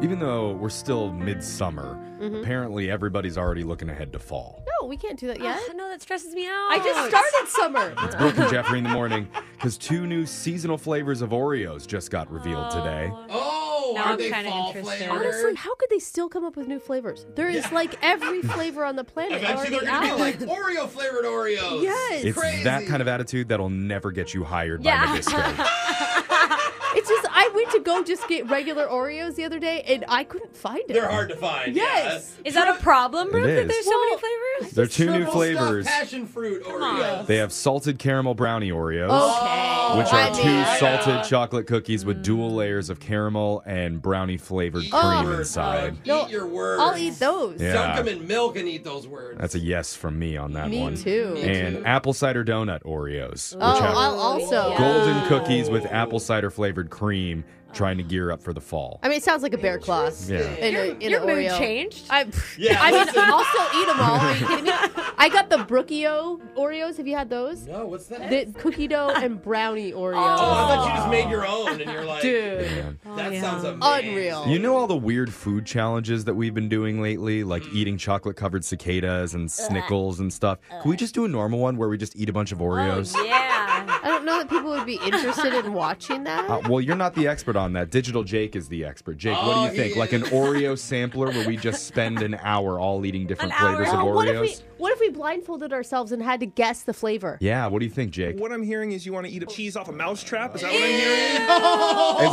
Even though we're still midsummer, Mm-hmm. apparently everybody's already looking ahead to fall. No, we can't do that yet. Ugh, no, that stresses me out. I just started summer. It's Brooke and Jeffrey in the morning because two new seasonal flavors of Oreos just got revealed today. Oh, Now are I'm they kinda fall interested. flavored? Honestly, how could they still come up with new flavors? There is like every flavor on the planet Eventually, they're already gonna out. be like Oreo flavored Oreos. Yes. It's Crazy. that kind of attitude that'll never get you hired by Yeah. Nabisco. it's just I went to go just get regular Oreos the other day and I couldn't find it. They're hard to find. Yes. yeah. Is that a problem, Brooke, is. that there's so Well, many flavors? They're two new Triple flavors. stuffed passion fruit on. Oreos. They have salted caramel brownie Oreos. Okay. Which Oh, I are Mm. mean- two salted chocolate cookies with dual layers of caramel and brownie flavored cream Word, inside. Brooke, No, eat your words. I'll eat those. Yeah. Dunk them in milk and eat those words. That's a yes from me on that Me one. too. Me And apple cider donut Oreos, Oh, which have I'll also. Yeah. golden Oh. cookies with apple cider flavored cream, trying to gear up for the fall. I mean, it sounds like a bear claw. Yeah. In a, in Your a mood Oreo. changed. I, Yeah, I mean, listen. also eat them all. Are you kidding me? I got the Brookio Oreos. Have you had those? No, what's that? The cookie dough and brownie Oreos. oh, I thought you just made your own, and you're like, Dude. Oh, Yeah. that yeah. sounds amazing. Unreal. You know all the weird food challenges that we've been doing lately, like eating chocolate covered cicadas and snickles and stuff? Can we just do a normal one where we just eat a bunch of Oreos? Oh, yeah. I don't know that people would be interested in watching that. Uh, well, you're not the expert on that. Digital Jake is the expert. Jake, what do Oh, you think? he Like an is. Oreo sampler where we just spend an hour all eating different An hour. flavors of Oh, Oreos? what if we what if we blindfolded ourselves and had to guess the flavor? yeah, what do you think, Jake? What I'm hearing is you want to eat a cheese off a mousetrap. Is that what I'm hearing?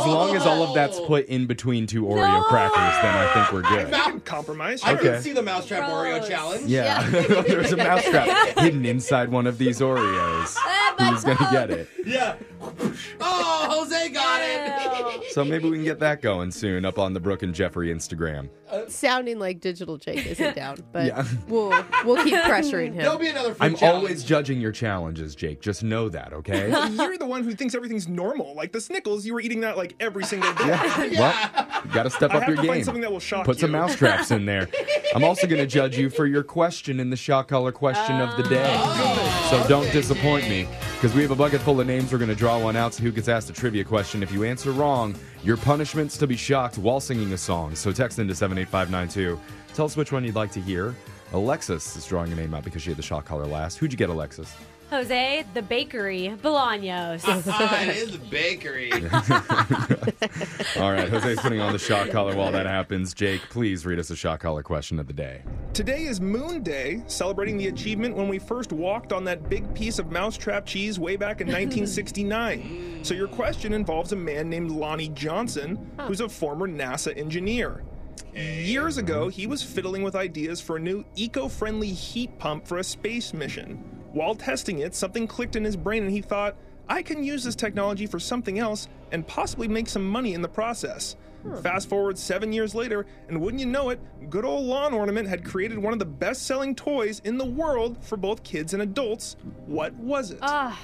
As long as all of that's put in between two Oreo crackers, then I think we're good. I can compromise. I sure. Okay. can see the mousetrap Oreo Gross. challenge. Yeah, there's a mousetrap hidden inside one of these Oreos. Who's gonna get it? Yeah. Oh, Jose got it. So maybe we can get that going soon up on the Brooke and Jeffrey Instagram. Sounding like digital Jake isn't down, but Yeah. we'll we'll keep pressuring him. There'll be another. food I'm challenge. always judging your challenges, Jake. Just know that, okay? Well, You're the one who thinks everything's normal. Like the Snickles, you were eating that like every single day. you gotta step I up have your to game. find something that will shock Put you. some mousetraps in there. I'm also going to judge you for your question in the shot collar question of the day. so don't disappoint me because we have a bucket full of names. We're going to draw one out. See who gets asked a trivia question. If you answer wrong, your punishment's to be shocked while singing a song. So text into 78592. Tell us which one you'd like to hear. Alexis is drawing a name out because she had the shot collar last. Who'd you get, Alexis? Jose, the bakery, Oh. Bolaños. Ah, it is the bakery. All right, Jose's putting on the shot collar while that happens. Jake, please read us a shot collar question of the day. Today is Moon Day, celebrating the achievement when we first walked on that big piece of mousetrap cheese way back in 1969. so your question involves a man named Lonnie Johnson, who's a former NASA engineer. Years ago, he was fiddling with ideas for a new eco friendly heat pump for a space mission. While testing it, something clicked in his brain and he thought, I can use this technology for something else and possibly make some money in the process. Fast forward seven years later, and wouldn't you know it, good old lawn ornament had created one of the best selling toys in the world for both kids and adults. What was it? a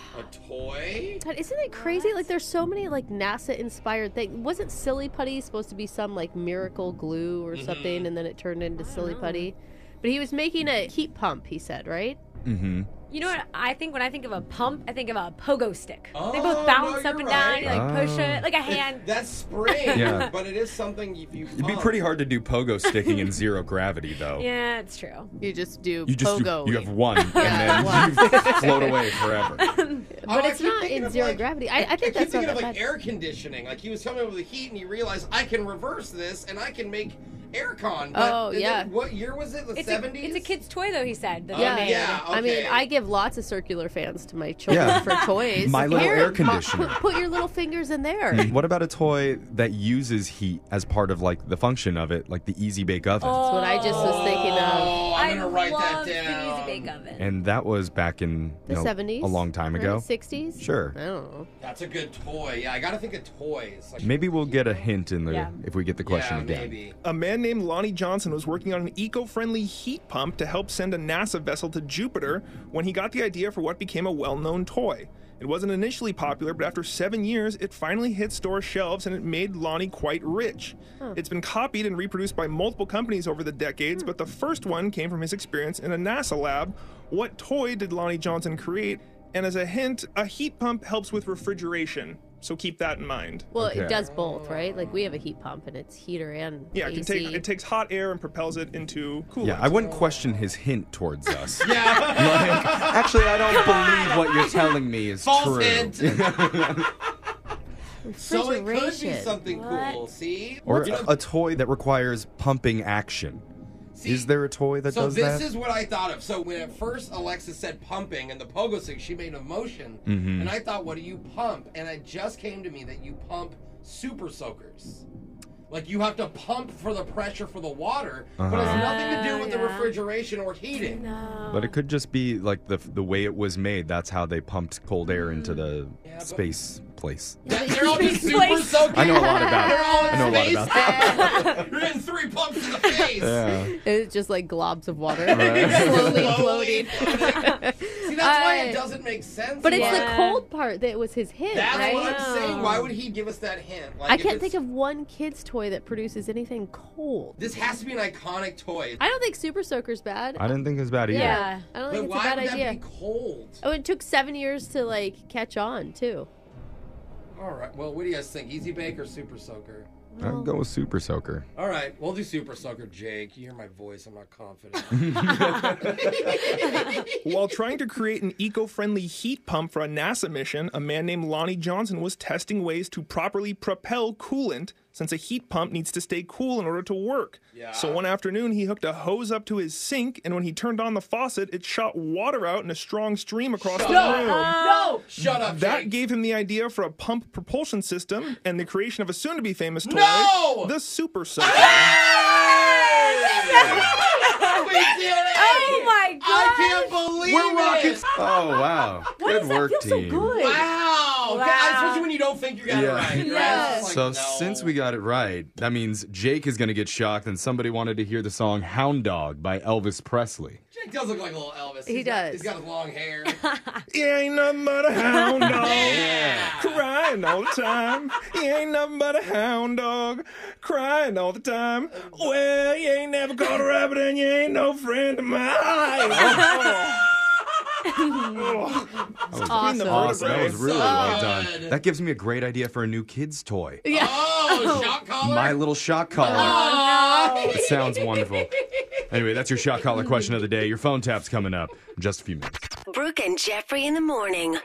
toy? God, isn't it crazy? Like there's so many like NASA inspired things. Wasn't Silly Putty supposed to be some like miracle glue or something and then it turned into Silly Putty? But he was making a heat pump, he said, right? Mm-hmm. you know what? I think when I think of a pump, I think of a pogo stick. they Oh, no, both bounce you're up and down. right. You like push Oh. it like a hand. That's spring. Yeah. But it is something if you. It'd be pretty hard to do pogo sticking in zero gravity, though. yeah, it's true. You just do You just pogo. you, you have one, and then you float away forever. Oh, but it's not in zero gravity. I, I I think keep that's not thinking that of bad. like air conditioning. Like he was coming up with the heat, and he realized I can reverse this, and I can make aircon. But- Oh, and yeah. then What year was it? The It's a, seventies. it's a kid's toy, though, he said. that they Yeah. made. Yeah. I mean, okay. I give lots of circular fans to my children Yeah. for toys. My little Here, air ma- conditioner. Mm. Put, put your little fingers in there. What about a toy that uses heat as part of like the function of it, like the Easy Bake Oven? Oh. That's what I just was thinking of. Oh, I'm I gonna write love that the down. Easy Bake Oven. And that was back in The you know, 70s? a long time Or ago. the 60s? Sure. I don't know. That's a good toy. Yeah, I gotta think of toys. Like, Maybe we'll get a hint in the Yeah. if we get the question yeah, again. maybe. A man named Lonnie Johnson was working on an eco friendly heat pump to help send a NASA vessel to Jupiter when he got the idea for what became a well known toy. It wasn't initially popular, but after seven years, it finally hit store shelves and it made Lonnie quite rich. It's been copied and reproduced by multiple companies over the decades, but the first one came from his experience in a NASA lab. What toy did Lonnie Johnson create? And as a hint, a heat pump helps with refrigeration. So keep that in mind. Well, Okay. it does both, right? Like we have a heat pump and it's heater and Yeah, it, can AC. take, it takes hot air and propels it into coolant. Yeah, I wouldn't question his hint towards us. Yeah. Like, actually, I don't believe what you're telling me is False true. hint. so it could be Refrigeration. something What? cool. See? Or You know, a, a toy that requires pumping action. see? Is there a toy that So does this that? is what I thought of. So when at first Alexa said pumping and the pogo stick, she made a motion, Mm-hmm. and I thought, "What do you pump?" And it just came to me that you pump super soakers. Like you have to pump for the pressure for the water, but it Uh-huh. has nothing to do Oh, with the yeah. refrigeration or heating. No. but it could just be like the the way it was made. That's how they pumped cold air into the Yeah, but- space place. That- They're all just Space. super soakers. I know a lot about it. They're all in I know a lot space. about You're getting three pumps in the face. Yeah. It's just like globs of water Right. slowly Slowly floating. floating. See, that's why it I- doesn't make sense. But it's why- the Yeah. cold part that was his hint, That's right? what I'm Wow. saying. Why would he give us that hint? Like, I if can't it's- think of one kid's toy that produces anything cold. This has to be an iconic toy. I don't think Super Soaker's bad. I didn't think it was bad either. Yeah. I don't But think it's a why bad would idea. that be cold? Oh, it took seven years to like catch on too. All right. Well, what do you guys think? Easy Bake or Super Soaker? I'd go with Super Soaker. All right. We'll do Super Soaker, Jake. You hear my voice. I'm not confident. While trying to create an eco friendly heat pump for a NASA mission, a man named Lonnie Johnson was testing ways to properly propel coolant since a heat pump needs to stay cool in order to work. Yeah. So one afternoon, he hooked a hose up to his sink, and when he turned on the faucet, it shot water out in a strong stream across the room. no! Shut up, That Jake. gave him the idea for a pump propulsion system and the creation of a soon to be famous toy, No! Ah! the Super Soaker. we did it! Oh my I god. can't believe We're rocking. it! Oh wow! Why good does work, that feel team. so good? Wow! Wow. God, especially when you don't think you got Yeah. it right. right? Yeah. It's just So like, no. since we got it right, that means Jake is going to get shocked, and somebody wanted to hear the song "Hound Dog" by Elvis Presley. Jake does look like a little Elvis. He He's got- does. he's got his long hair. He ain't nothing but a hound dog. Crying all the time. He ain't nothing but a hound dog. Crying all the time. Well, you ain't never caught a rabbit and you ain't no friend of mine. That was Awesome. awesome. That was really So well done. good. That gives me a great idea for a new kids' toy. Oh, shock collar? My little shock collar. Aw. It sounds wonderful. Anyway, that's your shock collar question of the day. Your phone tap's coming up in just a few minutes. Brooke and Jeffrey in the morning.